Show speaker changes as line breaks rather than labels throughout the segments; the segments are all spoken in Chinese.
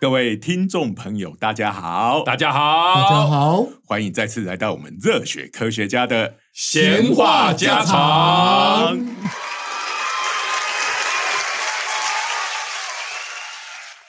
各位听众朋友，大家好，
大家
大家
好，
好，
欢迎再次来到我们热血科学家的
闲话家常。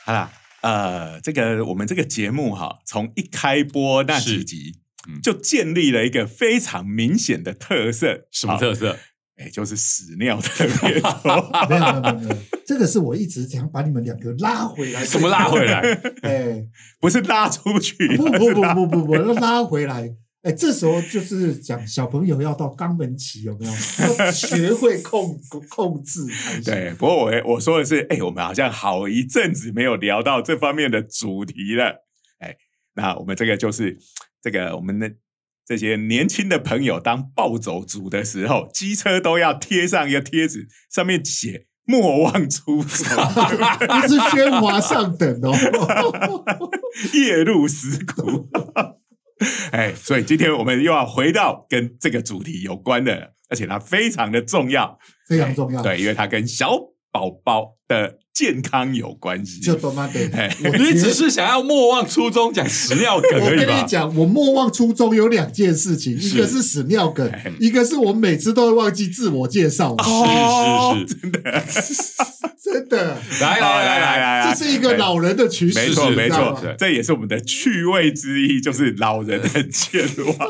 好啦，呃，这个我们这个节目哈，从一开播那几
是
集
嗯
就建立了一个非常明显的特色，
什么
好？
特色？
哎，就是屎尿特别多。
没有没有没有 没有，这个是我一直想把你们两个拉回来，
什么拉回？来？
哎，
不是拉出去，
不不不不不不，要拉回来。哎，这时候就是讲小朋友要到肛门期，有没有？要学会控控制才行。
对。不过我我说的是，哎、我们好像好一阵子没有聊到这方面的主题了。哎、那我们这个就是这个我们的这些年轻的朋友当暴走族的时候，机车都要贴上一个贴纸，上面写“莫忘初衷，
不是喧哗上 等哦。
夜路石苦”。 哎，所以今天我们又要回到跟这个主题有关的了，而且它非常的重要。
非常重要。，
对，因为它跟小宝宝的健康有关系。
就他妈的，
哎
我
你
觉
只是想要莫忘初衷，讲屎尿梗
我
而
跟
已吧
你？讲，我莫忘初衷有两件事情，一个是屎尿梗
哎，
一个是我每次都会忘记自我 介绍。
是是是，
真的，
来来来来来，
这是一个老人的群体，
哎没错
你
没
知道
错
吗
是，
这也是我们的趣味之一，就是老人的健忘。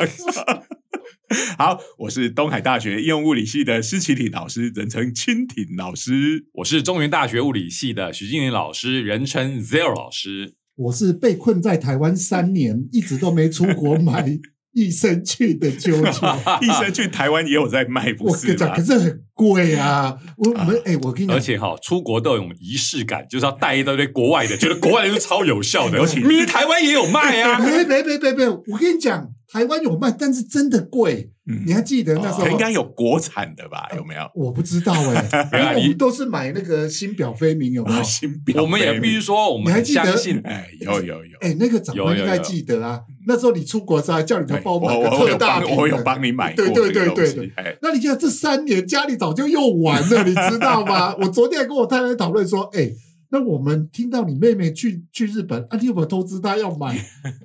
好，我是东海大学应用物理系的施启挺老师，人称蜻蜓老师。
我是中原大学物理系的徐静林老师，人称 Zero 老师。
我是被困在台湾三年，一直都没出国买益生菌的啾 啾。
医生去台湾也有在卖，不
我跟
是
你讲，
吗
可？是很贵啊！我我们哎、我跟你讲，
而且哈、出国都有一种仪式感，就是要带一大堆国外的，觉得国外的就超有效 的，
尤其
明明台湾也有卖 啊。
没没没没没，我跟你讲，台湾有卖，但是真的贵。
嗯
你还记得那时候？
应该啊有国产的吧？有没有？
我不知道哎、 因
原来
为
你
我们都是买那个新表飞明，有没有？
新标
我们也必须说，我们很相信
哎，有有有。
哎、那个长
有
官
有
应该
有
记得啊。那时候你出国的时候还叫你
对
们帮我
我
买个
我有
特大
帮
瓶的
我有帮你买过
对对对
这个东西
对对
哎，
那你看这三年家里早就用完了，你知 道吗？我昨天还跟我太太讨论说，哎、那我们听到你妹妹去去日本，啊，你有没有通知她要 买？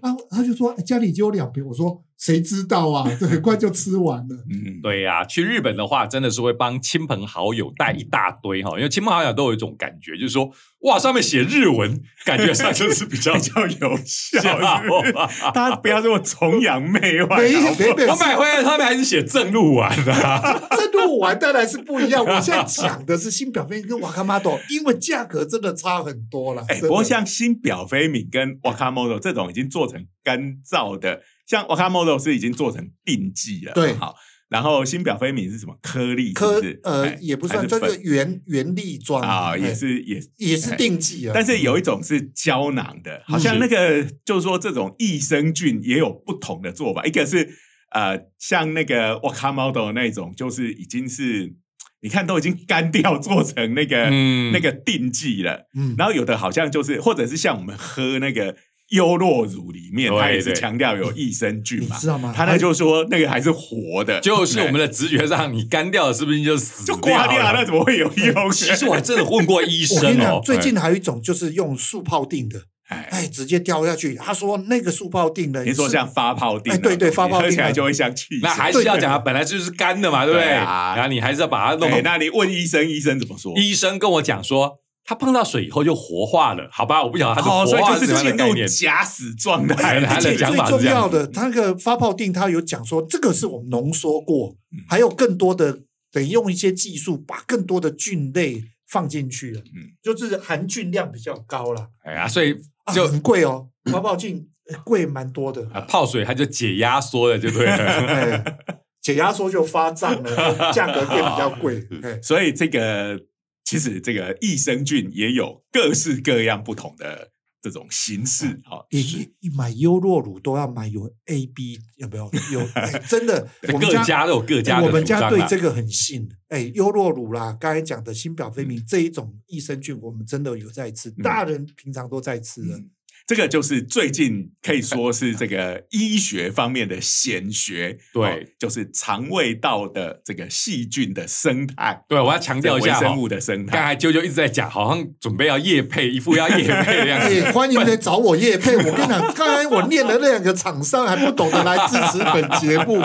啊，她就说、哎家里只有两瓶，我说谁知道 啊，这很快就吃完了。
嗯，
对呀、去日本的话，真的是会帮亲朋好友带一大堆哈，因为亲朋好友都有一种感觉，就是说，哇，上面写日文，感觉上就是比较
比较有效。
笑
是不是 大家不要这么崇洋媚外，
没
好不好
没没
我，买回来，他们还是写正路丸啊。
这录完当然是不一样。我现在讲的是新表妹跟瓦卡玛朵，因为价格真的差很多了。
哎、
真的
不过像新表飞敏跟 Wakamoto 这种已经做成干燥的，像 Wakamoto 是已经做成定剂了，
对
好。然后新表飞敏是什么颗粒是不
科
是？
呃
哎
也不
还
算，这
粉
个原原粒装
啊、
哎
也是也是，
也是定剂啊。
但是有一种是胶囊的，
嗯
好像
是
那个就是说这种益生菌也有不同的做法，一个是呃像那个 Wakamoto 那种，就是已经是你看都已经干掉做成那个、
嗯
那个定剂了。
嗯
然后有的好像就是，或者是像我们喝那个优酪乳里面，
对
它也是
对
强调有益生菌
你
嘛
知。道吗？
他那就说那个还是活的，
就是我们
对
的直觉上，你干掉了是不是就死
就刮掉，那
了？
怎么会有用？
其实我还真的问过医
我跟
生
你
哦
讲，，最近还有一种就是用速泡定的，
哎，
哎，直接掉下去。他说那个速泡定的，
你说像发泡定那
哎
种，
对对发泡
你喝起
定啊
来就会像气。
那还是要讲，它啊本来就是干的嘛，对不对？
对啊
然后你还是要把它弄
哎
好。
那你问医生，医生怎么说？
医生跟我讲说，他碰到水以后就活化了，好吧？我不晓得他
哦，
是
所
活
以
化
就是
什么样
进
的概
入
念。
假死状态
哎
了，
他的
最
讲
最
法是
重
这样
要的，他那个发泡定，他有讲说这个是我们浓缩过，
嗯
还有更多的得用一些技术把更多的菌类放进去了，
嗯
就是含菌量比较高了，
哎呀，所以
啊
就
很贵哦，发泡定呃贵蛮多的。
啊泡水它就解压缩了，就对 了。，
哎，解压缩就发胀了，价格变比较贵。哎
所以这个其实这个益生菌也有各式各样不同的这种形式，哦好，
你你买优酪乳都要买有 A B 有没有？有、哎真的我们 哎
各家都有各家的
我们
主张
家
啊
对这个很信。哎，优酪乳啦，刚才讲
嗯嗯
的新表飞明这一种益生菌，我们真的有在吃，大人平常都在吃的。
这个就是最近可以说是这个医学方面的显学，
对
哦就是肠胃道的这个细菌的生态，
对，我要强调一下
微
哈
生，物的生
刚
态。
才啾啾一直在讲，好像准备要夜配，一副要夜配的样子。
哎，欢迎来找我叶配。我跟你讲， 刚才我念了那两个厂商，还不懂得来支持本节目，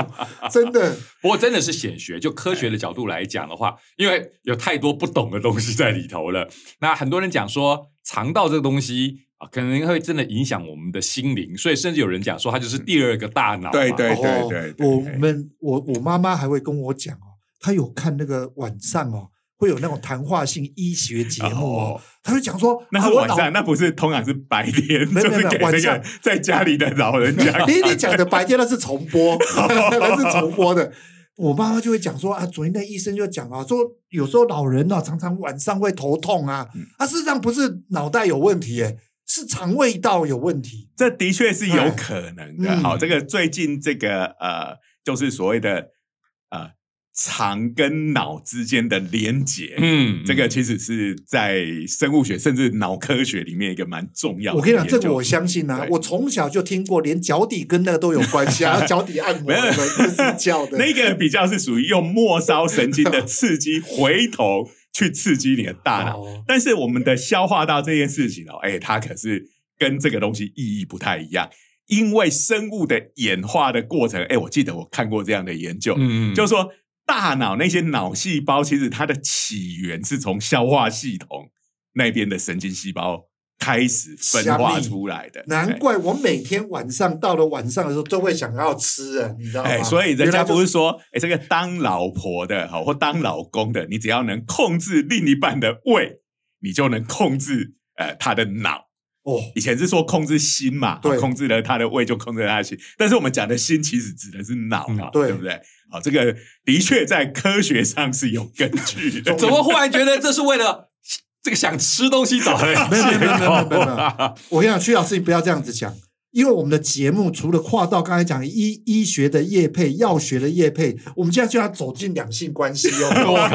真的。
不过真的是显学，就科学的角度来讲的话，因为有太多不懂的东西在里头了。那很多人讲说，肠道这个东西啊，可能会真的影响我们的心灵，所以甚至有人讲说，它就是第二个大脑嘛。
对对
哦，
对对对
我们我我妈妈还会跟我讲哦，她有看那个晚上哦，会有那种谈话性医学节目哦，
哦
她就讲说，
那
啊
是
我
晚
脑
上，那不是通常是白天，
没有
就是
没有
给
晚
那
上
个在家里的老人 家
你你讲的白天那是重 播，那是重播的。我妈妈就会讲说啊，昨天那医生就讲啊，说有时候老人啊常常晚上会头痛啊，
嗯
啊，事实上不是脑袋有问题、耶，是肠胃道有问题。
这的确是有可能的。
嗯
好，这个最近这个呃，就是所谓的呃肠跟脑之间的连结，
嗯，嗯
这个其实是在生物学甚至脑科学里面一个蛮重要的。
我跟你讲，这个我相信啊
对，
我从小就听过，连脚底跟那个都有关 系啊，脚底按摩
没有
什么这是叫的。
那个比较是属于用末梢神经的刺激， 回头去刺激你的大脑。
哦
但是我们的消化道这件事情哦，哎，它可是跟这个东西意义不太一样，因为生物的演化的过程，哎，我记得我看过这样的研究，
嗯
就是说大脑那些脑细胞，其实它的起源是从消化系统那边的神经细胞开始分化出来的，
难怪我每天晚上到了晚上的时候都会想要吃啊，你知道吗？
哎。哎，所以人
原
家
来就
不是说，哎，这个当老婆的好或当老公的，你只要能控制另一半的胃，你就能控制呃他的脑。
哦，
以前是说控制心嘛，
对
哦控制了他的胃就控制了他的心，但是我们讲的心其实指的是脑嘛，
对
不嗯对？好，这个的确在科学上是有根据 的。
怎么忽然觉得这是为了这个想吃东西找哦的
没有没有没有没有没有没
借口？
我跟你讲，徐老师，你不要这样子讲，因为我们的节目除了跨到刚才讲医医学的业配、药学的业配，我们现在就要走进两性关系哦。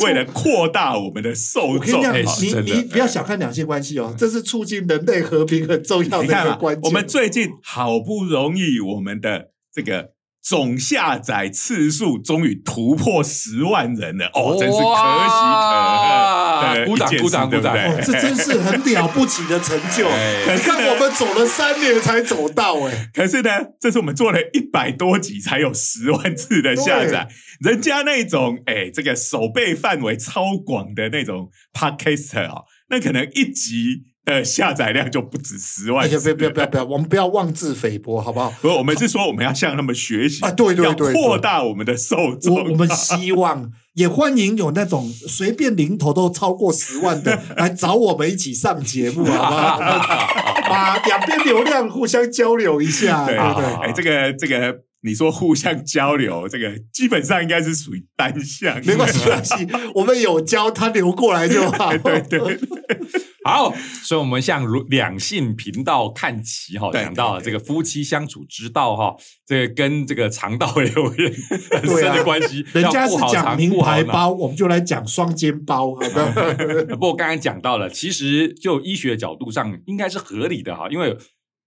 为了扩大我们的受
我跟你
众，
讲
哎，是真
你
的
你不要小看两性关系哦，这是促进人类和平很重要的
你
一
看
个
嘛
关键。
我们最近好不容易，我们的这个总下载次数终于突破十万人了，哦，真是可喜可
哇
贺的一件事。
鼓掌鼓掌
对不
鼓掌
对
哦，这真是很了不起的成就。
哎
你看，我们走了三年才走到哎、
可是呢，这是我们做了一百多集才有十万次的下载，人家那种哎，这个手背范围超广的那种 podcaster 哦，那可能一集的下载量就不止十万
哎呀，不
次
要不要不要不要，我们不要妄自菲薄，好不好？
不是，我们是说我们要向他们学习
啊对对
要
对对
扩大我们的受众。
我我们希望也欢迎有那种随便零头都超过十万的来找我们一起上节目，好不好？把两边流量互相交流一 下，对不对
好？
哎，这个这个，你说互相交流，这个基本上应该是属于单向，
没关系，没关系，我们有交，他流过来就好。
对。 对对，
好，所以我们向如两性频道看齐哈，
对
讲到了这个夫妻相处之道哈，这个跟这个肠道也有 很
对
深
啊
的关系。
人
要
家
顾
是
好
讲
肠
名
顾好
牌
脑
包，我们就来讲双肩包，好不好？
不过刚才讲到了，其实就医学的角度上应该是合理的哈，因为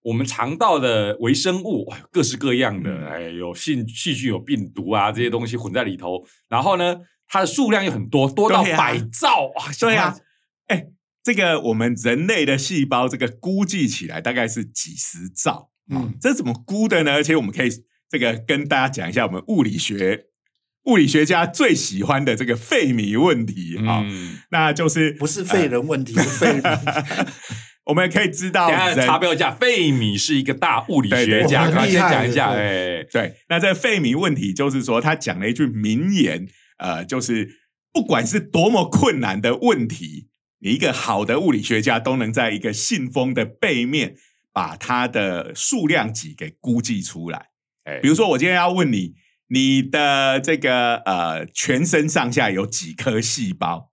我们肠道的微生物哎各式各样的，
嗯
哎，有细细菌、有病毒啊这些东西混在里头，然后呢，它的数量又很多，多到
对啊
百兆啊！
对啊
想到，
哎，这个我们人类的细胞，这个估计起来大概是几十兆，啊
嗯，
这怎么估的呢？而且我们可以这个跟大家讲一下我们物理学。物理学家最喜欢的这个费米问题啊、
嗯，
那就是
不是废人问题，是废人。
我们可以知道
等一下
人
查标一下，费米是一个大物理
对对
学家，
对
赶快先
哇
讲一下，
厉害
哎，
对，那这费米问题就是说，他讲了一句名言，呃，就是不管是多么困难的问题，你一个好的物理学家都能在一个信封的背面把它的数量级给估计出来。
哎
比如说，我今天要问你，你的这个呃全身上下有几颗细胞？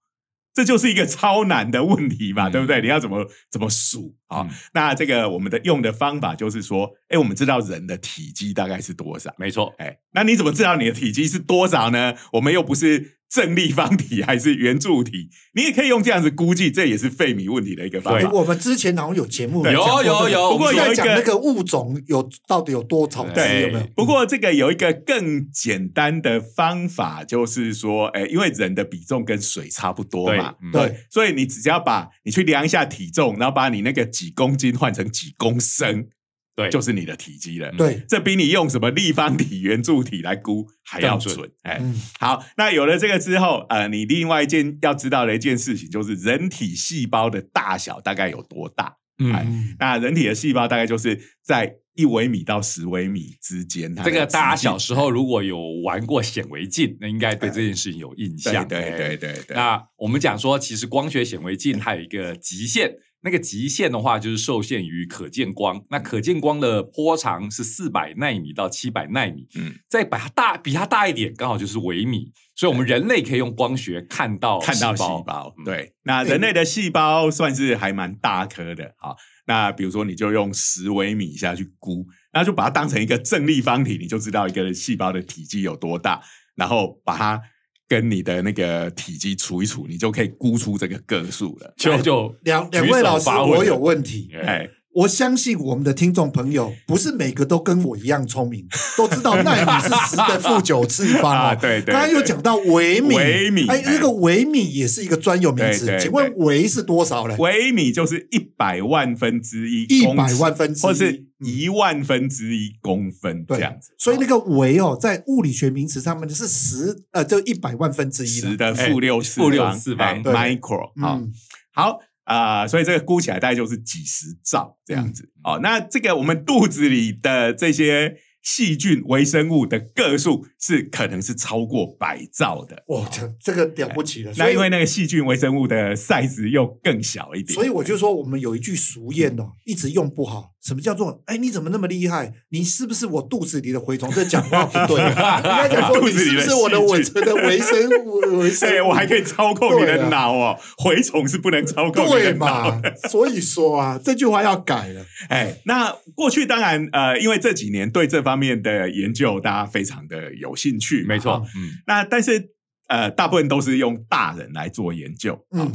这就是一个超难的问题嘛，
嗯
对不对？你要怎么怎么数好，
嗯
那这个我们的用的方法就是说，哎，我们知道人的体积大概是多少。
没错，
哎，那你怎么知道你的体积是多少呢？我们又不是正立方体还是圆柱体，你也可以用这样子估计，这也是费米问题的一个方
对
法。
啊
哎我们之前好像有节目
哎对
讲过这个
有有有
不
我们
过有一个
在讲那个物种有到底有多少只
对
有没有？
不过这个有一个更简单的方法，就是说，哎，因为人的比重跟水差不多
对
嘛，，
嗯
对，
所以你只要把你去量一下体重，然后把你那个几公斤换成几公升，
对，
就是你的体积了。
对，
这比你用什么立方体、圆柱体来估还要
更
准。哎、
嗯
好，那有了这个之后，呃，你另外一件要知道的一件事情就是人体细胞的大小大概有多大？哎
嗯，
那人体的细胞大概就是在一微米到十微米之间。它的
这个大家
直径
小时候如果有玩过显微镜，那应该对这件事情有印象。
哎对
哎
对对对对，
那我们讲说，其实光学显微 镜它有一个极限，那个极限的话就是受限于可见光。那可见光的波长是四百纳米到七百纳米，
嗯
嗯，再把它大比它大一点，刚好就是微米。所以，我们人类可以用光学看到
看到细
胞。
胞。
嗯
对，那人类的细胞算是还蛮大颗的。好，那比如说你就用十微米下去估，那就把它当成一个正立方体，你就知道一个细胞的体积有多大，然后把它跟你的那个体积除一除，你就可以估出这个个数了。
就 就
两两
举
位
手
老师，
发问
我有问题。
哎
哎，
我相信我们的听众朋友不是每个都跟我一样聪 明，都知道纳米是十的负九次方
啊，
哦。
对对，
刚刚又
对
讲到微米，
微米
哎，
哎
那个微米也是一个专有名词
对对，对
请问微是多少呢？
微米就是一百万分之一，
一百万分之一，嗯
或是一万分之一公分这
对
样子，
所以那个微哦，在物理学名词上面是十呃，就一百万分之一
十
了。
的负六次方
负六次方
哎
对
micro 好。
嗯，
好啊、呃所以这个估起来大概就是几十兆这样
嗯
子、哦。那这个我们肚子里的这些细菌、微生物的个数是可能是超过百兆的。
哇，这这个了不起了。所
那
以
因为那个细菌、微生物的 size 又更小一点，
所以我就说，我们有一句俗谚
嗯
哦，一直用不好。什么叫做？哎，你怎么那么厉害？你是不是我肚子里的蛔虫？这讲话不对，啊应 该讲说
肚
你
子
是
里
不
的
是我的
细
微
菌
的微生物？微
哎，
生物，
我还可以操控你
对
的
啊
脑哦，蛔虫是不能操控你的
对啊
脑
嘛？所以说啊，这句话要改了。
哎，那过去当然呃，因为这几年对这方面的研究大家非常的有兴趣，
没
啊
错，嗯，
那但是呃，大部分都是用大人来做研究。
嗯
嗯，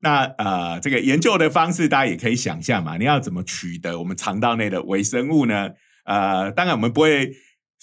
那呃，这个研究的方式大家也可以想象嘛，你要怎么取得我们肠道内的微生物呢？呃，当然我们不会。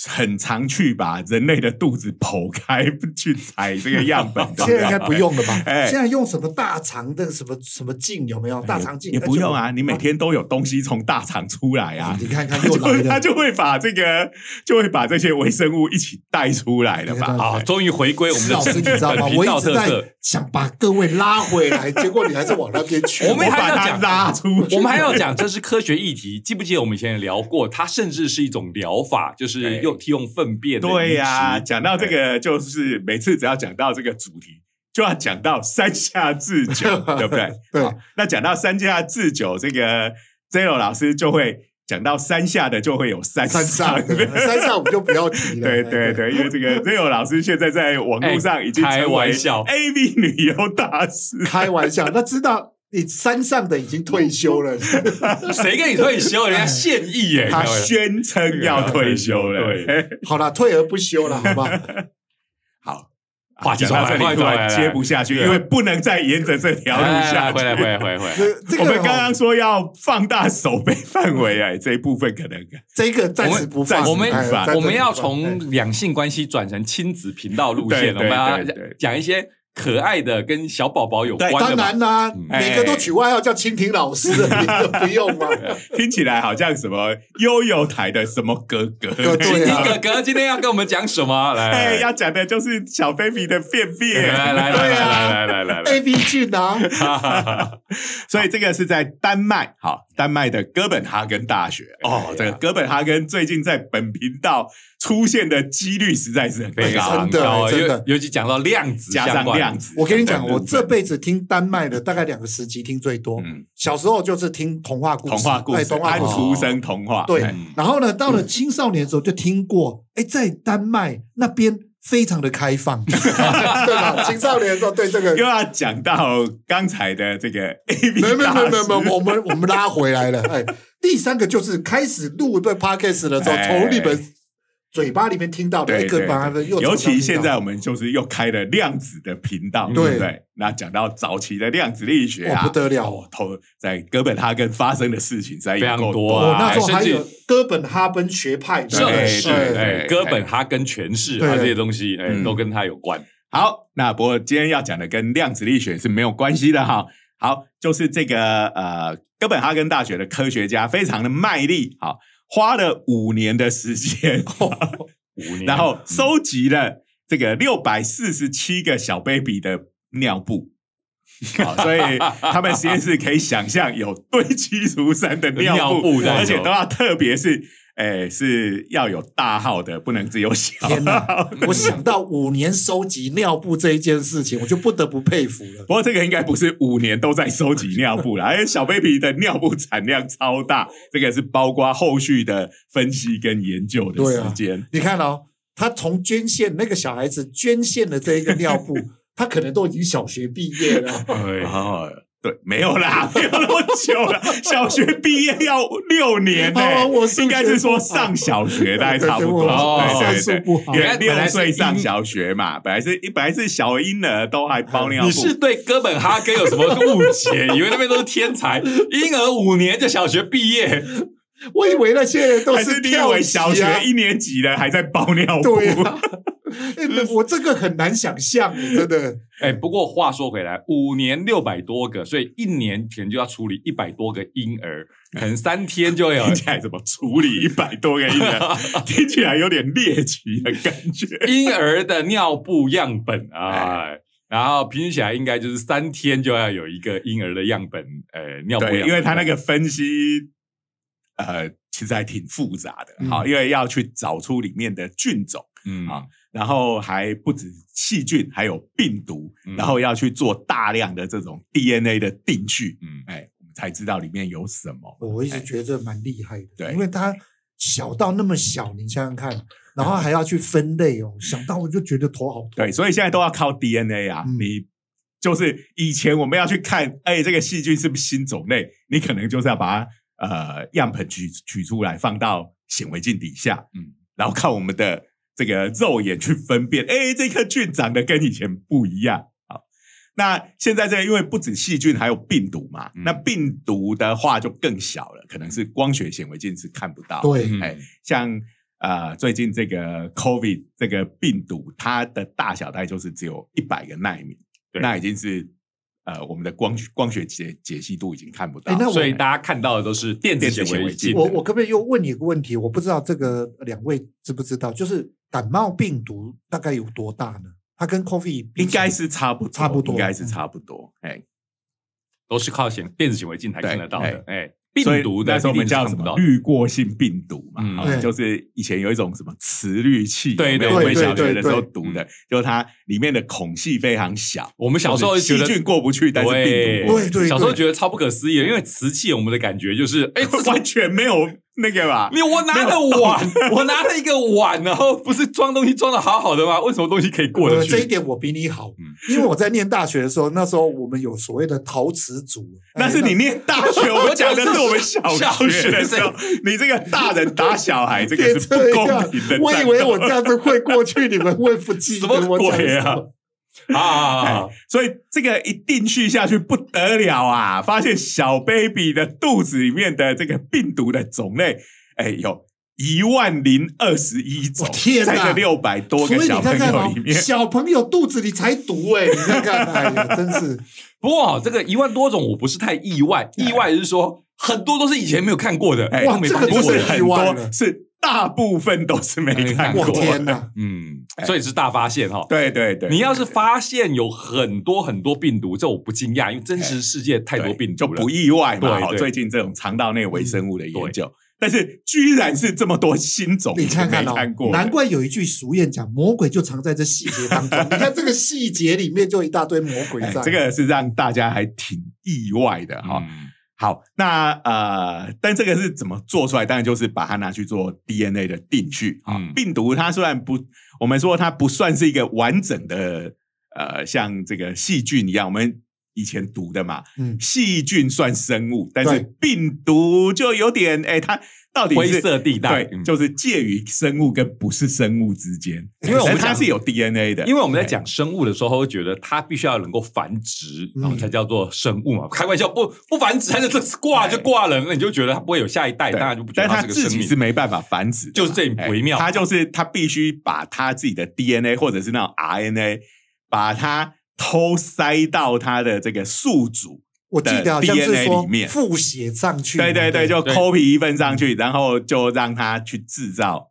很常去把人类的肚子剖开 去采这个样本，对不
现
对
在应该不用了吧？
哎
现在用什么大肠的什么什么镜有没有？大肠镜
也不用啊，你每天都有东西从大肠出来啊
啊，，你看看
他
又
就
来了
他。 就会把这个就会把这些微生物一起带出来了吧？
对
啊
好，终于回归我们
施
的
老师，
正
你知道吗？
频
我
道
一直
特色
在。想把各位拉回来，结果你还是往那边去。
我们还
把
要
它
讲
拉出去，
我们还要讲，这是科学议题。记不记得我们以前也聊过？它甚至是一种疗法，就是
对
用替用粪便的
对呀、
移植
讲到这个，就是每次只要讲到这个主题，就要讲到三下智 久，对不对？
对
好那讲到三下智久，这个 Zero 老师就会讲到三下的，就会有三
山
上
上的山上我们就不要提了。
对对对，因为这个 Zero 老师现在在网络上已经
哎
成
开玩
为
笑
AV 旅游大 师，
开玩笑。那知道你山上的已经退休 了，
谁跟你退休？人家现役耶，
他
开玩笑
宣称要退休了。
对
好了，退而不休了，好不好？
好，
话题
讲到这
转来
里突然
转来
接不下去，
对啊
因为不能再沿着这条路下
来
去。
回来回来回来回来。
这这
我
个
们刚刚
哦
说要放大守备范围，哎，这一部分可能
这个暂时不放，
我们
哎暂时
我们要
不放哎
从两性关系转成亲子频道路
对
线，我
对
们要
对对
讲一些可爱的跟小宝宝有关
当
的嘛。
然啦，
嗯
哎
每个都取外号叫蜻蜓老师的，你就不 用吗？
听起来好像什么悠悠台的什么哥哥，
哥对
蜻
啊
蜓哥哥今天要跟我们讲什么？
哎，
来，
要讲的就是小 baby 的便
来
便。
来来来
对啊
来来来来
A
来
B 菌啊，
哈哈哈，
所以这个是在丹麦，好，丹麦的哥本哈根大学哦，
哎
这
对
个
啊
哥本哈根最近在本频道出现的几率实在是很
非
高，
常
真的哎
高，啊
真的
尤尤其讲到量子
加
相
上
关
量子，
我跟你讲，
等等
我
部
这
分
辈子听丹麦的大概两个时期听最多，
嗯
小时候就是听童话故事，
童话故
哎
事，
童话
安
故事。
徒生童话，
对
哎
嗯，
然后呢，到了青少年的时候就听过，哎，在丹麦那边非常的开 放，对吧？青少年的时候对这个
又， 要讲到刚才的这个 A B
没有没有没有没
大师
有没有，我们我们拉回来了。哎，第三个就是开始录对 podcast 的时候，
哎
从你们嘴巴里面听到的，哎
对
一个
对
把它的又
尤其现在我
们
们就是又开了量子的频道，
对
对不对？那讲到早期的量子力学啊，
哇不得了
哦，头在哥本哈根发生的事情实在也
非常
够
多啊
我哦那时候
甚
还
至
有哥本哈根学派，
对
这
对
是
对
哎，
对
哥本哈根诠释
对
啊这些东西，哎，
嗯
都跟他有关。
好，那不过今天要讲的跟量子力学是没有关系的哈。好，就是这个呃，哥本哈根大学的科学家非常的卖力，好，花了五年的时间，
五年，嗯
然后收集了这个六百四十七个小 baby 的尿布。好，所以他们实验室可以想象有堆积如山的尿
尿
布，
布在
而且
有
都要特别是，诶、是要有大号的，不能只有小号
天哪。！我想到五年收集尿布这一件事情，我就不得不佩服了。
不过这个应该不是五年都在收集尿布啦，因为小 baby 的尿布产量超大，这个是包括后续的分析跟研究的
对啊
时间。
你看哦，他从捐献那个小孩子捐献的这一个尿 布，他可能都已经小学毕业了。
哎
哦，对，没有 啦，没有那么久了，小学毕业要六年呢、
哦我数学
应该是说
不好
上小学大概差不多，哦哎
对
对
我
算
对
数不好
对，因为
原来本来
六
是
岁上
婴
小学嘛，本来是本来是小婴儿都还包尿布，
你是对哥本哈根有什么误解？以为那边都是天才，婴儿五年就小学毕业，
我以为那些人都
还是你以
跳
为
级
小
啊
学一年级的还在包尿布？
对啊，欸我这个很难想象，真的。
哎，不过话说回来，五年六百多个，所以一年可能就要处理一百多个婴儿，可能三天就要有
听起来怎么处理一百多个婴 儿，听起来有点猎奇的感觉。
婴儿的尿布样本啊。然后平均起来应该就是三天就要有一个婴儿的样本，呃，尿布样
对，
本
因为他那个分析，呃，其实还挺复杂的。好、因为要去找出里面的菌种，
嗯
啊然后还不止细菌，还有病毒，
嗯
然后要去做大量的这种 DNA 的定序，
嗯
哎，我们才知道里面有什么。
我一直觉得这蛮厉害的，
对
因为他小到那么小，你想想看，然后还要去分类哦，想到我就觉得头好痛。
对，所以现在都要靠 DNA 啊，
嗯
你。就是以前我们要去看，哎，这个细菌是不是新种类？你可能就是要把它呃样本取取出来，放到显微镜底下，
嗯
嗯，然后靠我们的这个肉眼去分辨，哎，这颗菌长得跟以前不一样。好，那现在这个因为不止细菌，还有病毒嘛，
嗯
那病毒的话就更小了，可能是光学显微镜是看不到的。
对，
嗯
哎，像呃最近这个 COVID 这个病毒，它的大小大概就是只有一百个纳米，
对
那已经是呃我们的光学光学解解析度已经看不到
哎。那我
所以大家看到的都是电子
电子
显微
显微镜
镜。
我我可不可以又问你一个问题？我不知道这个两位知不知道，就是感冒病毒大概有多大呢？它跟 COVID 比
应
起来
该是差不多
差不多嗯
应该是差不多。哎，
都是靠显电子显微镜才看得到的。哎，
所以
病毒的
那时候我们
是
叫
看
什
不
么
到的。
滤过性病毒嘛，
嗯
好
对
就是以前有一种什么磁滤器，
对
有没有
对嗯
我们
对
小学
对
的时候
对
读的，就是它里面的孔隙非常小，
我们小时候
就是
觉
细
得
菌过不去，但是病毒过
对对
小时候觉得超不可思议的，因为瓷器我们的感觉就是， 哎，这
完全没有那个吧，
你我拿了碗，我拿了一个碗，然后不是装东西装的好好的吗？为什么东西可以过得
呃这一
去？
点我比你好
嗯，
因为我在念大学的时候，那时候我们有所谓的陶瓷组， 哎
那是你念大学，我讲的是我们小学的时候。你这个大人打小孩，这
变
个是不
这
公
样
平的。
我以为我这，样子会过去，你们会不记
什
得
么
我讲
鬼啊
什么
啊，
所以这个一定序下去不得了啊！发现小 baby 的肚子里面的这个病毒的种类，哎，有一万零二十一种，
我天哪
在这六百多
所
个
以
小
你
朋
看看
友
哦
里，面，
小朋友肚子里才毒哎、你看看，哎呀，真 是
不过哦这个一万多种我不是太意外，意外是说很多都是以前没有看过的，
哎
都没
这个
发现
不
过
是
的
很
意外
多，
了
是大部分都是没看过
我
的。
天哪！
嗯，所以是大发现哈。
对对对，
你要是发现有很多很多病毒，这我不惊讶，因为真实世界太多
对
病
就
毒了
不。意外嘛。
对
好，
对嗯
最近这种肠道内微生物的研究，但是居然是这么多新种，
你看
以前
看
没
哦
看过，，
难。怪有一句俗谚讲“魔鬼就藏在这细节 当中”。你看这个细节里面就一大堆魔鬼
哎
在。
这个是让大家还挺意外的哈、
嗯
好，那呃，但这个是怎么做出来？当然就是把它拿去做 DNA 的定序啊。
嗯
病毒它虽然不，我们说它不算是一个完整的呃，像这个细菌一样，我们以前读的嘛，
嗯，
细菌算生物，但是
对
病毒就有点哎，它到底是
灰色地带
对，
嗯
就是介于生物跟不是生物之间，
因为我们
但它
讲
是有 DNA 的，
因为我们在讲生物的时候，会觉得它必须要能够繁殖，
嗯
然后才叫做生物嘛。开玩笑，不不繁殖，它就挂就挂了，那你就觉得它不会有下一代，
对
大家就不觉
但
得它
它
是个
自
生
己
命
是。没办法繁殖的嘛，
就是这
哎
微妙
它就是它必须把它自己的 DNA 或者是那种 RNA，把它偷塞到它的这个宿主，
我记得好像是
DNA 里
说
面
复写上去嘛，
对对对，就
对
copy 一份上去，然后就让它去制造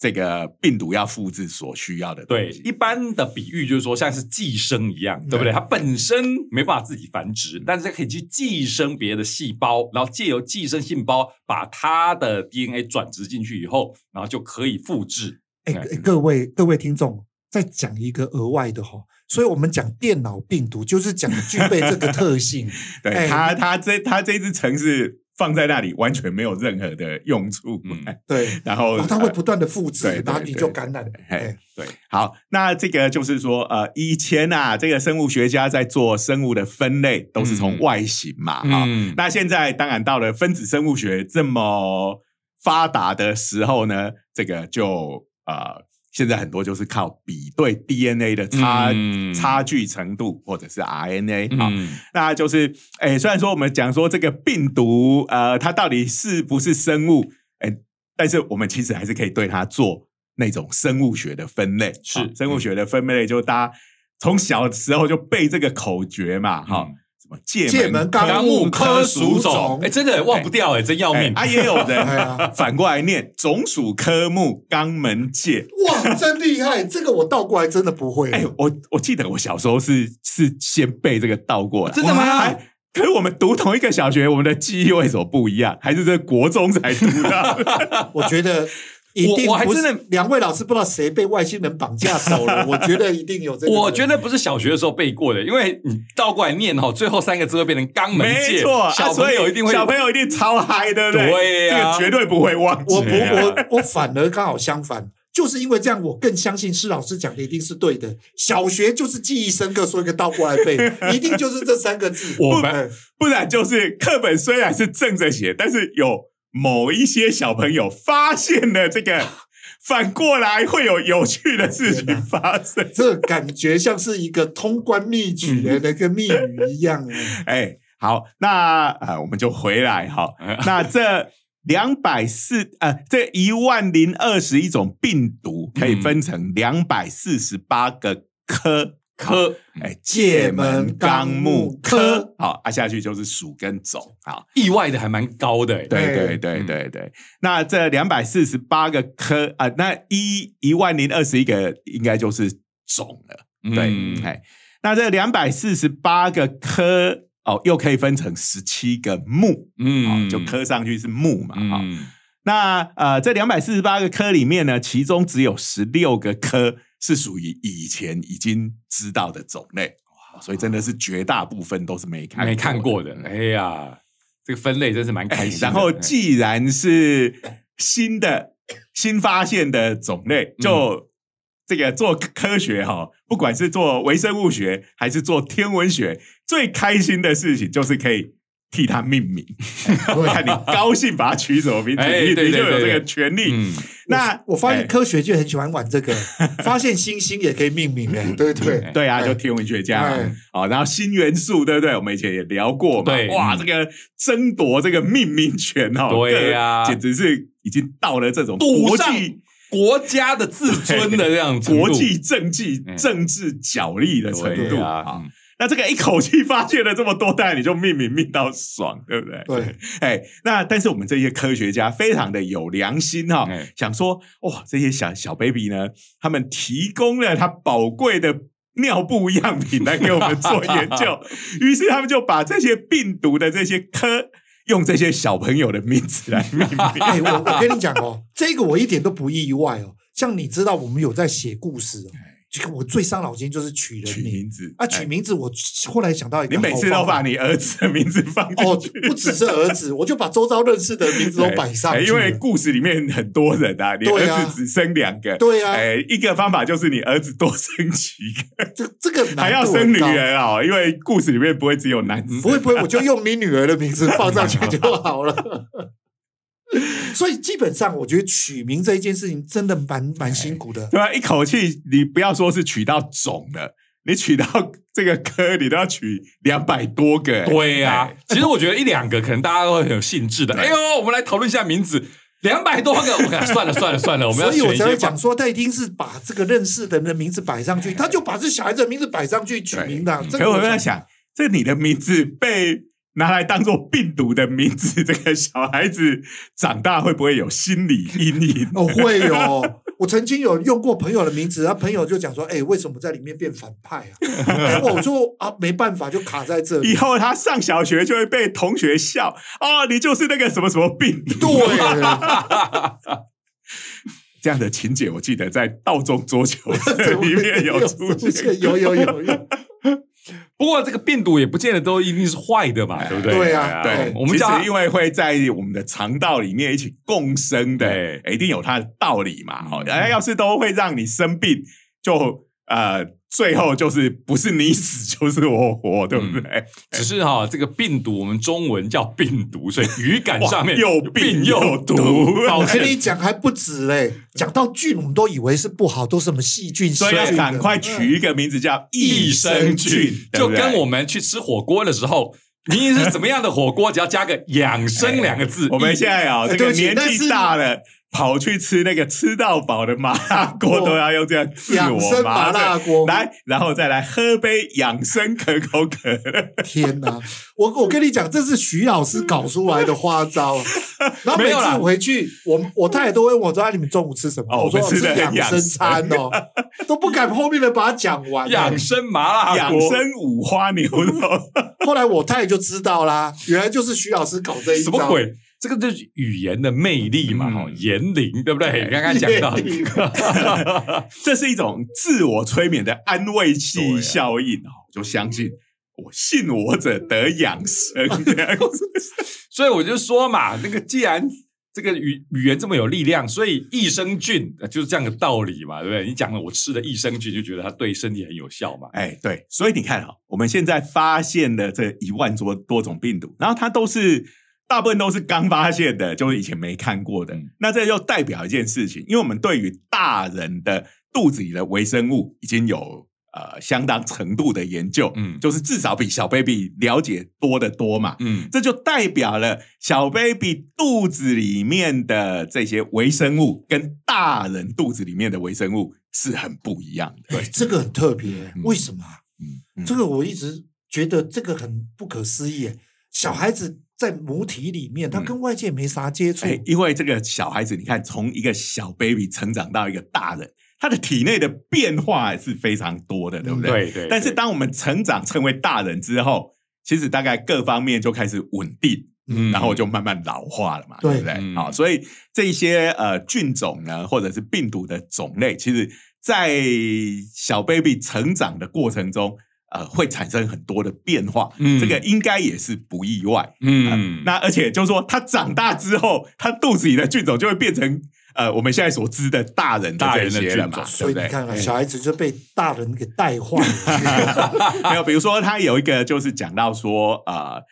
这个病毒要复制所需要的东
对，
西。
一般的比喻就是说，像是寄生一样，
嗯
对不对？它本身没办法自己繁殖，但是它可以去寄生别的细胞，然后借由寄生细胞把它的 DNA 转植进去以后，然后就可以复制。
哎、
哎
哎
嗯
各位各位听众，再讲一个额外的哈，所以我们讲电脑病毒就是讲具备这个特性，
对
哎
它，它这它这只城市放在那里完全没有任何的用处。
嗯
对，
然后
然后哦它
呃
会不断的复制，
对对
然后你
对
就感染，
嘿
哎，
好，那这个就是说，呃，以前啊，这个生物学家在做生物的分类，都是从
嗯
外形嘛，哈、
嗯，
那现在当然到了分子生物学这么发达的时候呢，这个就呃，现在很多就是靠比对 DNA 的差、
嗯
差距程度，或者是 RNA 啊、
嗯
那就是，哎，虽然说我们讲说这个病毒，呃，它到底是不是生物，哎，但是我们其实还是可以对它做那种生物学的分类，
是嗯
啊生物学的分类，就大家从小的时候就背这个口诀嘛，哈、
嗯
什么界
界门纲
纲目科属种，哎，真的忘不掉哎，真要
哎
命。
啊，也有
哎
人
呀
反过来念种属科目肛门界。
哇，真厉害，这个我倒过来真的不会，
哎，我我记得我小时候是是先背这个倒过来，
真的吗
哇可是我们读同一个小学，我们的记忆为什么不一样？还是这国中才读到？
我觉得。一定
我还
不是
真的
两位老师不知道谁被外星人绑架走了，我觉得一定有这个。
我觉得不是小学的时候背过的，因为你倒过来念哦，最后三个字会变成肛 门
没
界，
错，啊
小朋友
所以
一定会
小朋友一定超嗨，对不对？
对啊呀
这个绝对不会忘记。
我不，
对啊
我我反而刚好相反，就是因为这样，我更相信施老师讲的一定是对的。小学就是记忆深刻，说一个倒过来背，一定就是这三个字。
我
哎
们
不然就是课本虽然是正着写，但是有某一些小朋友发现了这个，反过来会有有趣的事情
天哪
发生。
这感觉像是一个通关密语的那个密语一样。哎
哎，好，那呃，我们就回来哈。
嗯
那这两百四呃，这一万零二十一种病毒可
嗯
以分成两百四十八个科。
科
哎，界
界
门
门
纲
嗯纲
目
目
科
科，
好，啊，下去就是属跟种，好，
意外的还蛮高的，哎
对
对
对对
嗯
对对。那这两百四十八个科啊、那一一万零二十一个应该就是种了，对，
嗯
哎、那这两百四十八个科哦，又可以分成十七个目，
嗯
哦，就科上去是目嘛，哈、
嗯
那呃，这两百四十八个科里面呢，其中只有十六个科是属于以前已经知道的种类，哦所以真的是绝大部分都是没看
没看过
的
的，哎呀，这个分类真是蛮开
哎
心的。
然后
哎
既然是新的新发现的种类，
嗯
就这个做科学哈、不管是做微生物学还是做天文学，最开心的事情就是可以。替它命 名，看你高兴把它取什么名字，
哎
你
对
你
对
就有这
对
个权利。
嗯，
那
我发
哎
现科学界很喜欢玩这个，发现星星也可以命名。哎，对对
对啊，
哎
就天文学家
哎
嘛，哦，然后新元素，对不对？我们以前也聊过嘛
对，
哇，
嗯
这个争夺这个命名权哦，
对啊
各简直是已经到了这种
赌
国
上
际
国家的自尊的这样程度
国际政际
嗯
政治角力的程度
对啊
啊。
嗯
那这个一口气发现了这么多，当然你就命名命到爽，对不对？
对，
哎，那但是我们这些科学家非常的有良心哈、
嗯
哎
想说哇，这些小小 baby 呢，他们提供了他宝贵的尿布样品来给我们做研究， 于是他们就把这些病毒的这些科用这些小朋友的名字来命名。
哎，我我跟你讲哦，这个我一点都不意外哦。像你知道，我们有在写故事哦。这个我最伤脑筋就是取人
哎取
名
名字
啊，取
哎
名字我后来想到一
你
个好
每
方法，
次都把你儿子的名字放进
哦
去，，
不只是儿子，我就把周遭认识的名字都摆上
哎
去
因为
了。
故事里面很多人啊，你
对啊
儿子只生两个，
对啊，
哎，一个方法就是你儿子多生几个，
这这个
还要
难度
生
很
女
高。嗯
儿哦，因为故事里面不会只有男生。
不会不会，我就用你女儿的 名字放上去就好了。 所以基本上，我觉得取名这一件事情真的蛮
哎
蛮辛苦的。
对吧？一口气你不要说是取到种了，你取到这个科，你都要取两百多个、
对呀、
哎
其实我觉得一两个可能大家都会很有兴致的。
对
哎呦，我们来讨论一下名字，两百多个，我看算了算了算了，我们要
所以我
选一
才会
些
讲说，他一定是把这个认识的人的名字摆上去，他就把这小孩子的名字摆上去取名的啊。
嗯
这
可
个
我在
想
想，这你的名字被拿来当做病毒的名字，这个小孩子长大会不会有心理阴影？
哦，会有。我曾经有用过朋友的名字，他朋友就讲说：“哎、为什么在里面变反派啊？”然后我说：“啊，没办法，就卡在这 里。
以后他上小学就会被同学笑哦，你就是那个什么什么病 毒。
对，
这样的情节，我记得在《道中桌球》里面有出现。
有有有有，
不过这个病毒也不见得都一定是坏的嘛，对不对？哎
对啊
哎对，
我们
其
叫它
实因为会在我们的肠道里面一起共生的
对，
哎一定有它的道理嘛。哦，
嗯
哎，要是都会让你生病，就呃，最后就是不是你死就是我活，对不对？
只是哈、这个病毒我们中文叫病毒，所以语感上面
哇啊又
病
病
又
又
毒
毒。
抱
我跟
歉，
你讲还不止嘞，讲到菌，我们都以为是不好，都是什么细 菌、
所以
细
要
菌
赶快取一个名字叫益生菌，对
就
不对
跟我们去吃火锅的时候，你是怎么样的火锅，只要加个“ 养生”两个字，
哎我们现在啊，
哎
这
对
个
不起
年
但
纪
是
大了，跑去吃那个吃到饱的麻辣锅，
哦
都要用这样自
养
我
生麻
麻
辣
醉。
锅。
来，然后再来喝杯养生可口可乐。
天哪！我我跟你讲，这是徐老师搞出来的花招啊。然后
没
每
有啦
次回去，我我太太都会问我说：“啊，你们中午吃什么？”
哦
我说：“
我们吃得
吃
很养
养生餐哦，都不敢后面的把它讲完。”啊
养生麻辣
养
锅。
生五花牛 肉，
后来我太太就知道啦，原来就是徐老师搞这一
什
招。
么？鬼？这个就是语言的魅力嘛，
嗯
哈、言灵对不对？
对
刚刚讲 到，
言灵
这是一种自我催眠的安慰
对啊
剂效应哦。我就相信，我信我者得养生。这样子
所以我就说嘛，那个既然这个语语言这么有力量，所以益生菌呃就是这样的道理嘛，对不对？你讲了我吃的益生菌，就觉得它对身体很有效嘛。
哎，对，所以你看啊、我们现在发现的这一万多多种病毒，然后它都是大部分都是刚发现的，就是以前没看过的。
嗯
那这就代表一件事情，因为我们对于大人的肚子里的微生物已经有呃相当程度的研究，
嗯
就是至少比小 baby 了解多得多嘛。
嗯，
这就代表了小 baby 肚子里面的这些微生物跟大人肚子里面的微生物是很不一样的。
哎这个很特别，
嗯
为什么啊？
嗯，
这个我一直觉得这个很不可思议耶。小孩子在母体里面，他
嗯
跟外界没啥接触，
哎、因为这个小孩子，你看从一个小 baby 成长到一个大人，他的体内的变化是非常多的，对不对？
对嗯对。
但是
对
当我们成长成为大人之后，其实大概各方面就开始稳定，
嗯
然后就慢慢老化了嘛，
对
对不对？
嗯
好，所以这一些呃菌种呢，或者是病毒的种类，其实在小 baby 成长的过程中，呃，会产生很多的变化，
嗯
这个应该也是不意外。
嗯，
那而且就是说，他长大之后，他肚子里的菌种就会变成呃我们现在所知的大人的
大
这
人的
些了嘛，
所以你
对不哎嗯对？
看看，啊小孩子就被大人给带坏了。
没有，比如说他有一个就是讲到说，呃，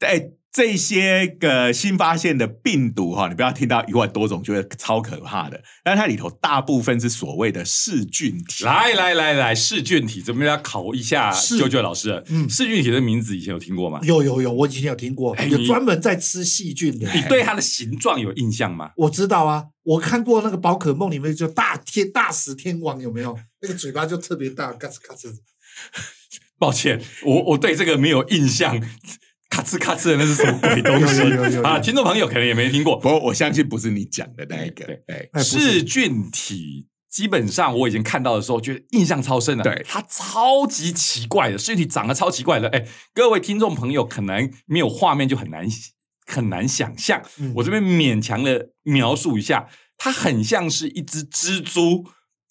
在这些个新发现的病毒哈，你不要听到一万多种觉得超可怕的，但它里头大部分是所谓的噬菌体。
来来来来，噬菌体，怎么要考一下
是
舅舅老师了？
嗯哎
噬菌体的名字以前有听过吗？
有有有，我以前有听过，
哎
有
你
专门在吃细菌的。
你
哎
对它的形状有印象吗？
我知道啊，我看过那个宝可梦里面就大天大食天王有没有？那个嘴巴就特别大，嘎吱嘎吱。
抱歉，我我对这个没有印象。咔哧咔哧的那是什么鬼东
有有有有
西
有
啊？听众朋友可能也没听过
不过我相信不是你讲的那一个，
对
对，
哎不是
噬菌体。基本上我以前看到的时候，觉得印象超深的。
对
它超级奇怪的，噬菌体长得超奇怪的。哎，各位听众朋友可能没有画面就很难很难想象，
嗯
我这边勉强的描述一下，它很像是一只蜘蛛。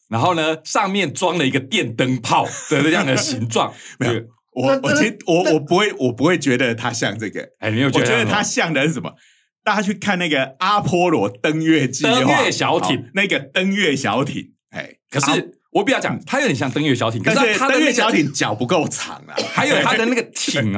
然后呢，上面装了一个电灯泡的这样的形状。
没有
对，
我
那
我
那
其实我我不会我不会觉得它像这个，
哎，你有
我
觉得
觉得
吗
它像的是什么？大家去看那个阿波罗登月计划，
登月小艇
好那个登月小艇，哎，
可
啊
是我比较讲，它有点像登月小艇，可
但
是
是
它的
登
那
月
个
小，艇脚不够长 啊，
还有它的那个 艇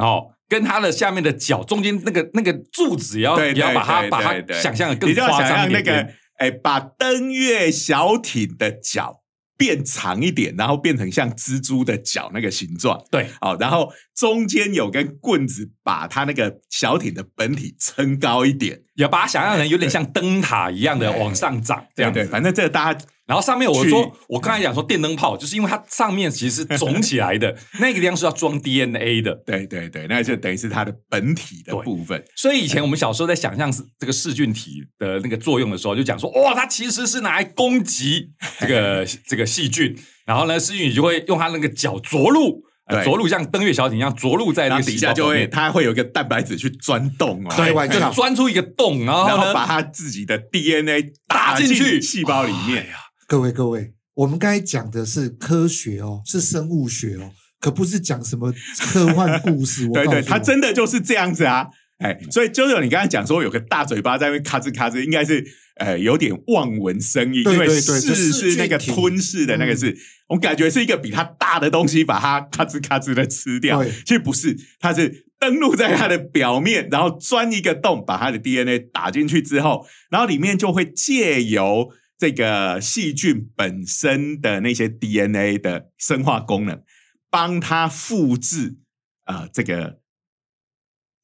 哦，跟它的下面的脚中间那个那个柱子也要
对
也要
对
把它
对
把
对
它
对
想象的
你
更
就要
夸
想
张
让
一
那
点
个
点。
哎，把登月小艇的脚变长一点，然后变成像蜘蛛的脚那个形状。
对，
好，然后中间有根棍子把它那个小艇的本体撑高一点，
也把它想象成有点像灯塔一样的
对
往上涨
对
这样
对，
子。
反正这个大家
然后上面我
去
说，我刚才讲说电灯泡，就是因为它上面其实是肿起来 的，那个地方是要装 DNA 的。
对对对，那就等于是它的本体的
嗯对
部分。
所以以前我们小时候在想象是这个噬菌体的那个作用的时候，就讲说，哇，它其实是拿来攻击这个 这个细菌，然后呢，噬菌体就会用它那个脚着陆，呃
对
着陆像登月小艇一样着陆在
然
那个
后
细
底
胞
下就
表
会，
面
它会有一个蛋白质去钻洞哦，
对完
就
正好
钻出一个洞，然后
然
呢
后把它自己的 DNA
打
打进
进去哎
细胞里面。
各位各位，我们刚才讲的是科学哦，是生物学哦，可不是讲什么科幻 故事。我
对
告诉
对，
你嗯
它真的就是这样子啊。哎，所以啾啾，你刚才讲说有个大嘴巴在那边咔吱咔吱，应该是呃有点望文生义，
对
因为
对对
噬
是嗯
是那个
具体
吞噬的那个是，我感觉是一个比它大的东西把它咔吱咔吱的吃掉，
对
其实不是，它是登陆在它的表面，然后钻一个洞，把它的 DNA 打进去之后，然后里面就会借由这个细菌本身的那些 DNA 的生化功能，帮它复制啊、呃这个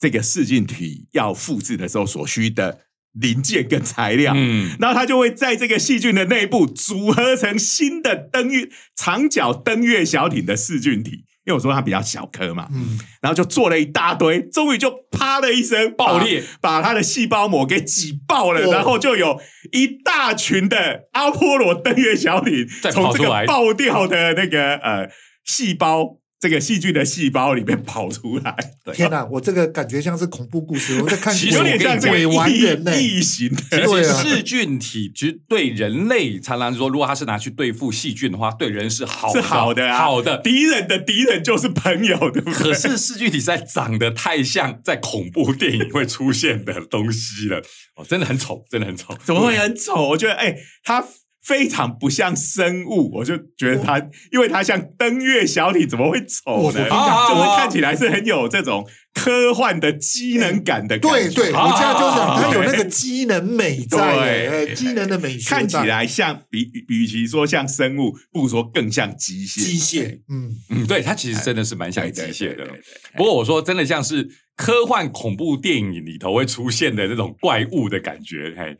这个噬菌体要复制的时候所需的零件跟材料。
嗯，
然后它就会在这个细菌的内部组合成新的登月长脚登月小艇的噬菌体，因为我说它比较小颗嘛，
嗯，
然后就做了一大堆，终于就啪的一声
爆裂，
把把它的细胞膜给挤爆了，
哦
然后就有一大群的阿波罗登月小艇
再跑
从
出
这个
来
爆掉的那个呃细胞。这个细菌的细胞里面跑出来，
天哪，我这个感觉像是恐怖 故事，我在看
其实
有
我
点
跟
像
你
这个
鬼玩人呢。
异异形的
其
对
实
啊
噬菌体其实对人类，常常说，如果它是拿去对付细菌的话，对人是好
是好的啊，
好的，
敌人的敌人就是朋友，对不对？
可是视距体实在长得太像在恐怖电影会出现的东西了，哦，真的很丑， 真的很丑。
怎么会很丑？我觉得，哎、它非常不像生物，我就觉得它，因为它像登月小艇，怎么会丑
哦我
呢？
我
就
啊
是
啊
看起来是很有这种科幻的机能感的感
对
觉，啊
对，
好
我现在就
好
想，
好
它有那 个机能美在，
对
哎机能的美学在，
看起来像比比其说像生物，不如说更像机械。
机械，嗯，
嗯，对，它其实真的是蛮像
对
机
哎对
械的
对对。对
不过我说真的，像是科幻恐怖电影里头会出现的那种怪物的感觉，嘿，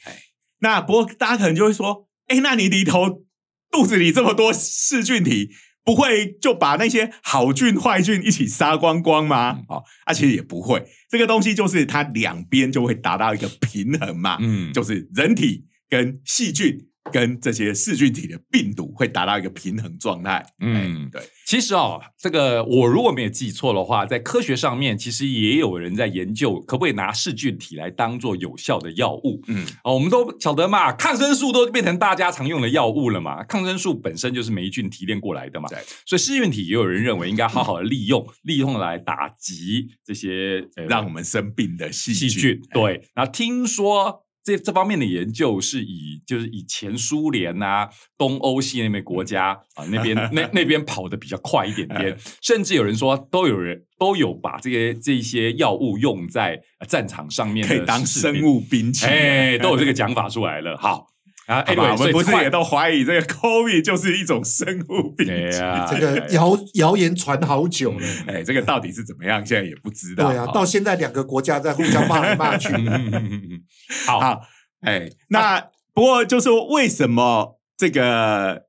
那不过大家可能就会说，哎，那你里头肚子里这么多噬菌体，不会就把那些好菌坏菌一起杀光光吗？
嗯
哦，啊，其实也不会，这个东西就是它两边就会达到一个平衡嘛，
嗯，
就是人体跟细菌。跟这些噬菌体的病毒会达到一个平衡状态，
嗯
嗯，对，
其实哦，这个我如果没有记错的话，在科学上面其实也有人在研究，可不可以拿噬菌体来当做有效的药物。
嗯，
哦，我们都晓得嘛，抗生素都变成大家常用的药物了嘛。抗生素本身就是霉菌提炼过来的嘛
对，
所以噬菌体也有人认为应该好好的利用，利用来打击这些呃
让我们生病的细
细
菌，哎
菌。对，然后听说这这方面的研究是以就是以前苏联啊、东欧系那边国家啊那边那那边跑的比较快一 点点，甚至有人说都有人都有把这些这些药物用在呃战场上面
可
的
以当
士兵
生物兵器，
哎，都有这个讲法出来了。好啊，哎，
好吧？
对，
我
所以
们不是
快
也都怀疑这个 COVID 就是一种生物病
对
菌？
呀，哎
这个谣谣言传好久了。
哎，这个到底是怎么样，现在也不知道。
对啊，
好
到现在两个国家在互相骂来骂 去，
嗯嗯嗯嗯嗯好，
好，哎，那不过就是为什么这个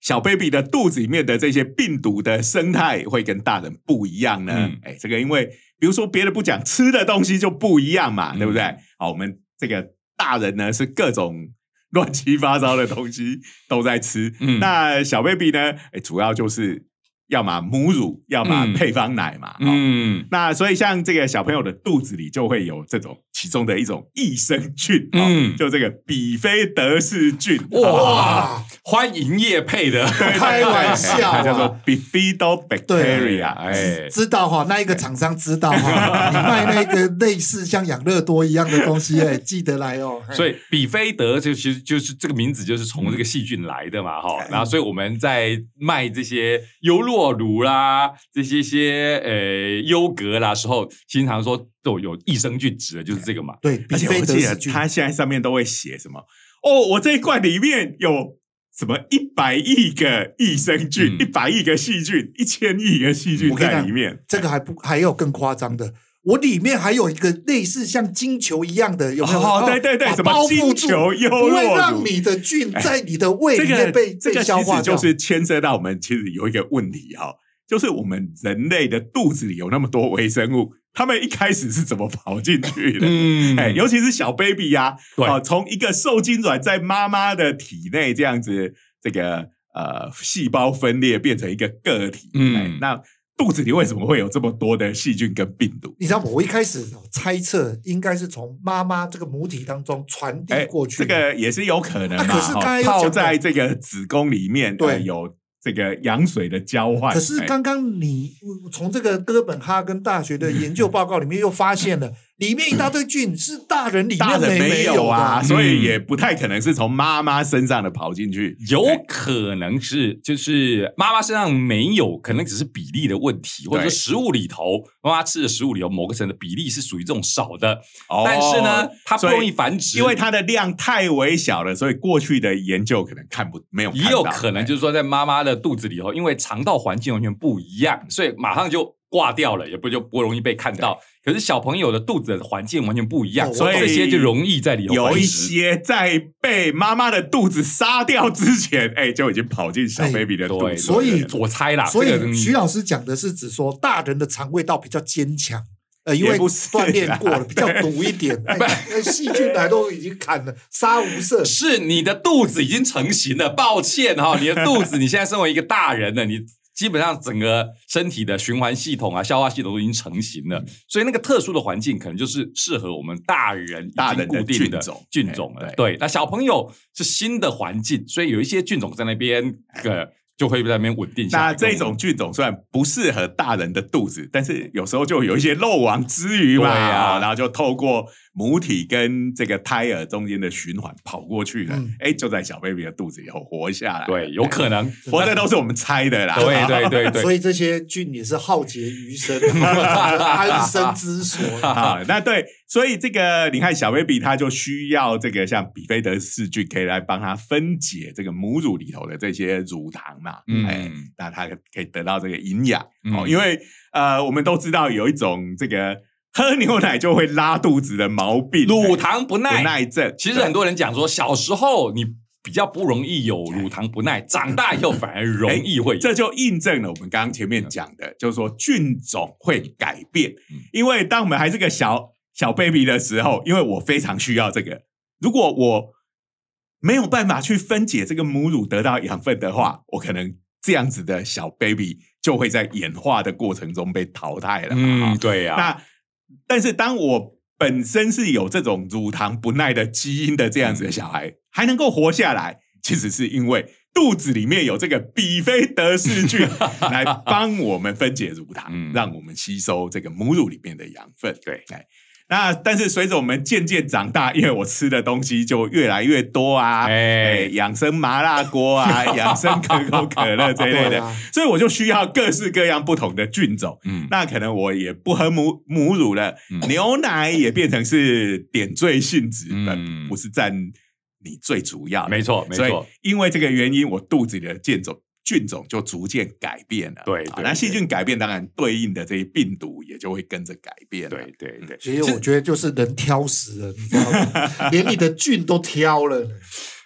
小 baby 的肚子里面的这些病毒的生态会跟大人不一样呢？
嗯
哎，这个因为比如说别的不讲，吃的东西就不一样嘛，
嗯
对不对？好，我们这个大人呢是各种。乱七八糟的东西都在吃，
嗯
那小 baby 呢？哎，主要就是要么母乳，要么
嗯
配方奶嘛。哦
嗯
那所以像这个小朋友的肚子里就会有这种其中的一种益生菌，哦
嗯
嗯，就这个比菲德氏菌，哇，
哇
哇，
欢迎叶配 的，
开玩笑
它叫做
啊！
bifidobacteria，哎，
哎，
知道哈，那一个厂商知道哈，你卖那个类似像养乐多一样的东西，哎，记得来 哦。
所以比菲德就其实就是这个名字就是从这个细菌来的嘛，哈、然后所以我们在卖这些优酪乳啦、这些些呃优格啦时候，经常说都有益生菌指的就是这个嘛。
对，
而
比
且我
菲德
记
氏
得
菌，
它现在上面都会写什么？哦，我这一罐里面有什么一百亿个益生菌，一
嗯
百亿个细菌，一千亿个细菌
我跟你
在
讲
里面。
这个还不还有更夸张的，我里面还有一个类似像金球一样的，有没有？
哦，对对对，
把
什
包
么
覆
金
住
球优
不会
酪
让
乳，
你的菌在你的胃
这
里
个
面被
这
被
个
消
其
化
实
掉
就。是牵涉到我们其实有一个问题哈、就是我们人类的肚子里有那么多微生物，他们一开始是怎么跑进去的？
嗯
哎，尤其是小 baby 呀、
对
啊，从一个受精卵在妈妈的体内这样子，这个呃细胞分裂变成一个个体，
嗯
哎那肚子里为什么会有这么多的细菌跟病毒？
你知道吗？我一开始猜测应该是从妈妈这个母体当中传递
哎，
过去
这
的，
个也是有可能嘛，
啊可是
哈
刚才有
泡
讲
在
的
这个子宫里面，
对
呃有这个羊水的交换，
可是
哎
刚刚你呃从这个哥本哈根大学的研究报告里面又发现了，里面一大堆菌是大人里
大
面
人
没
没有啊，
的
所以也不太可能是从妈妈身上的跑进去，
有
哎
可能是就是妈妈身上没有，可能只是比例的问题，或者说食物里头妈妈吃的食物里头某个层的比例是属于这种少的，
哦
但是呢，它不
所以
容易繁殖，
因为它的量太微小了，所以过去的研究可能看不没有看到，哎
也有可能就是说，在妈妈的肚子里头，因为肠道环境完全不一样，所以马上就挂掉了，也不就不容易被看到。可是小朋友的肚子的环境完全不一样，
哦
所以
我
这些就容易在里头
有
繁
一
殖。
些在被妈妈的肚子杀掉之前，哎，就已经跑进小
哎
baby 的肚子了。
对，
所以
我猜啦，
所
这个
以
东西
徐老师讲的是指说大人的肠胃道比较坚强。呃，因
也
为
不是
锻炼过
啦
了，比较毒 一点，哎那细菌来都已经砍了，杀无赦。
是你的肚子已经成型了，抱歉哈、你的肚子你现在身为一个大人了，你基本上整个身体的循环系统啊、消化系统都已经成型了，所以那个特殊的环境可能就是适合我们大人已经
大人的
固定
菌种
菌种
哎
了。
对
对，那小朋友是新的环境，所以有一些菌种在那边呃就会在那边稳定下来。
那这种菌种虽然不适合大人的肚子，但是有时候就有一些漏网之鱼嘛，
对啊
哦然后就透过母体跟这个胎儿中间的循环跑过去了
嗯，
哎、就在小 baby 的肚子以后活下来。
对，有可 能。
活的都是我们猜的啦。
对对对对，
所以这些菌也是浩劫余生， 安身之 所。
啊，那对，所以这个你看小 baby 他就需要这个像比菲德氏菌可以来帮他分解这个母乳里头的这些乳糖嘛，嗯，哎，
嗯，
那他可以得到这个营养、哦，
嗯
因为呃，我们都知道有一种这个喝牛奶就会拉肚子的毛病，
乳糖不
哎
耐
不耐症，
其实很多人讲
嗯
说，小时候你比较不容易有乳糖不耐，长大以后反而容易会
对 这
有。
就印证了我们刚刚前面讲的，就是说菌种会改变
嗯，
因为当我们还是个小小 baby 的时候，因为我非常需要这个，如果我没有办法去分解这个母乳得到养分的话，我可能这样子的小 baby 就会在演化的过程中被淘汰了嘛。哈
嗯，对呀、
那但是当我本身是有这种乳糖不耐的基因的这样子的小孩，还能够活下来，其实是因为肚子里面有这个比菲德氏菌来帮我们分解乳糖，
嗯
让我们吸收这个母乳里面的养分。
对
哎。那但是随着我们渐渐长大，因为我吃的东西就越来越多啊，哎，
哎，
养生麻辣锅啊，养生可口可乐这一类
对
的，
啊，
所以我就需要各式各样不同的菌种。
嗯，
那哎可能我也不喝母母乳了，
嗯
牛奶也变成是点缀性质的，
嗯
不是占你最主要的。
没错，没
所以
错，
因为这个原因，我肚子里的菌种菌种就逐渐改变了。
对
啊
对
那细
对
菌改变，当然对应的这些病毒也就会跟着改变了。
对对
嗯
对。
其实我觉得就是人挑食了，你知道吗？连你的菌都挑了。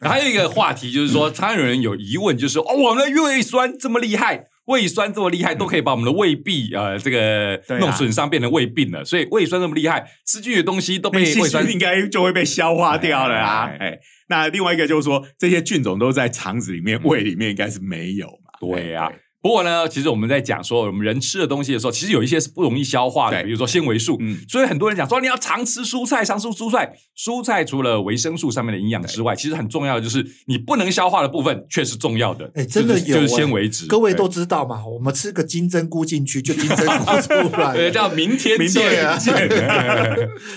还有一个话题就
嗯
是说，常有人有疑问，就是哦，我们的胃酸这么厉害，胃酸这么厉害，都可以把我们的胃壁呃这个
嗯对啊
弄损伤，变成胃病了。所以胃酸这么厉害，吃进去的东西都被
那细
胃酸
菌应该就会被消化掉了啊！
哎
哎，那另外一个就是说，这些菌种都在肠子里面、胃里面，应该是没有嘛？
对啊
哎
不过呢，其实我们在讲说我们人吃的东西的时候，其实有一些是不容易消化的，
对
比如说纤维素。
嗯，
所以很多人讲说你要常吃蔬菜，常吃蔬菜。蔬菜除了维生素上面的营养之外，其实很重要的就是你不能消化的部分却是重要的。
哎真的
就是就
啊
是
有哎
纤维质。
各位都知道嘛，我们吃个金针菇进去就金针菇出 来
对，
了，
叫明天
明
见。
天见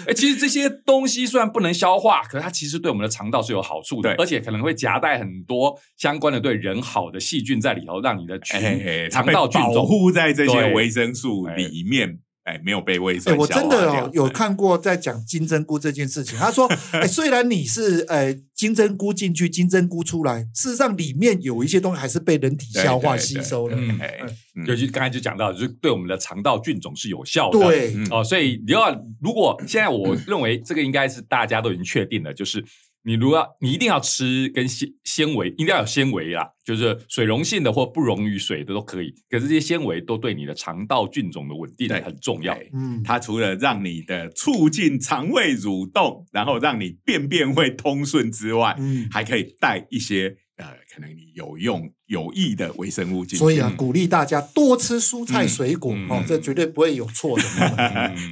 哎，其实这些东西虽然不能消化，可是它其实对我们的肠道是有好处的，
对
而且可能会夹带很多相关的对人好的细菌在里头，让你的
哎
菌
哎，哎它
肠
被
道菌
保
种。
护在这些
对
维生素里面，哎，没有被维
哎、
生素
我真的
消化
哦
掉
有看过在讲金针菇这件事情。他说，哎、虽然你是呃金针菇进去，金针菇出来，事实上里面有一些东西还是被人体消化
对对
吸
对
收了。
嗯，
哎嗯
尤其刚才就讲到，就是对我们的肠道菌种是有效的。
对，
嗯
哦，所以你要如果现在我认为这个应该是大家都已经确定了，就是你如果要你一定要吃跟纤纤维，一定要有纤维啦，就是水溶性的或不溶于水的都可以。可是这些纤维都对你的肠道菌种的稳定
对
很重要。
哎
嗯，
它除了让你的促进肠胃蠕动，然后让你便便会通顺之外，
嗯，
还可以带一些呃，可能你有用有益的微生物进去。
所以啊，
嗯
鼓励大家多吃蔬菜水果、
嗯
哦
嗯，
这绝对不会有错的。
嗯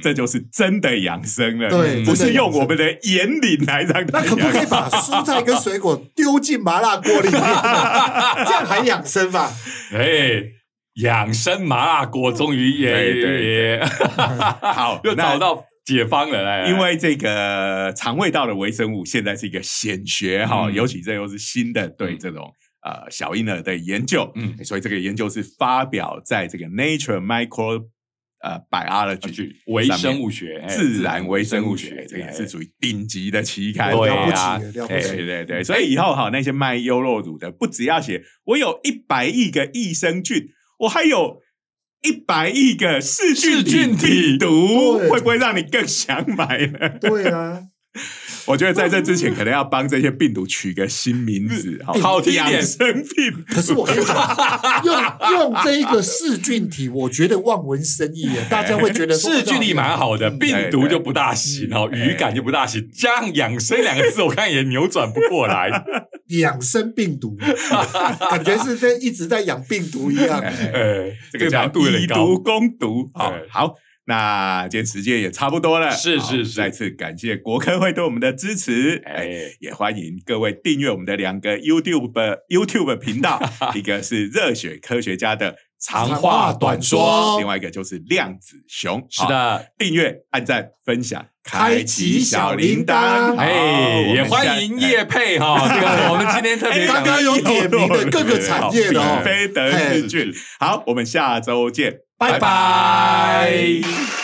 这就是真的养生了，
对
不是
真的
用
养生
我们的言领来让
那
它
可不可以
养。
把蔬菜跟水果丢进麻辣锅里面？这样还养生吧？
哎，养生麻辣锅终于也
对对
也
好，
又
那
找到解方了，来来
因为这个肠胃道的微生物现在是一个显学哈、
嗯
尤其这又是新的对
嗯
这种、呃小婴儿的研究，
嗯
所以这个研究是发表在这个 Nature Micro 呃 Biology
去微
上
生
面
物学、哎
自然微生物学，这
这
也
个
是属于顶级的期刊，
哎对
了不
啊
起，了不
哎
起！
对对对，所以以后哈，那些卖优酪乳的，不只要写我有一百亿个益生菌，我还有一百亿个噬菌
噬菌体
病毒，
对
会不会让你更想买呢？
对啊，
我觉得在这之前，可能要帮这些病毒取个新名 字，好
好听一点
养生 病。
可是我跟你讲，用用这一个噬菌体，我觉得望文生义耶，大家会觉得说
是距离蛮好的，
嗯
病毒就不大行哦，
对对
语感就不大行。这样“养生”两个字，我看也扭转不过来。
养生病毒，啊感觉是在一直在养病毒一样。
呃，
哎这个叫
难度有
以
点
毒
高。
攻毒。好
对，
好，那今天时间也差不多了，
是
好
是是
再次感谢国科会对我们的支持，哎。
哎，
也欢迎各位订阅我们的两个 YouTube YouTube 频 道，一个是热血科学家的长话短说，另外一个就是量子熊。
是
好，
的，
订阅、按赞、分享、
开启小铃铛
好
哎，也欢迎叶佩哈。这个我们今天特
哎
别
哎
讲
刚刚
到
有点名的各个产业的
好
哦
并。非得
嘿
是菌。好，我们下周见，
拜
拜拜。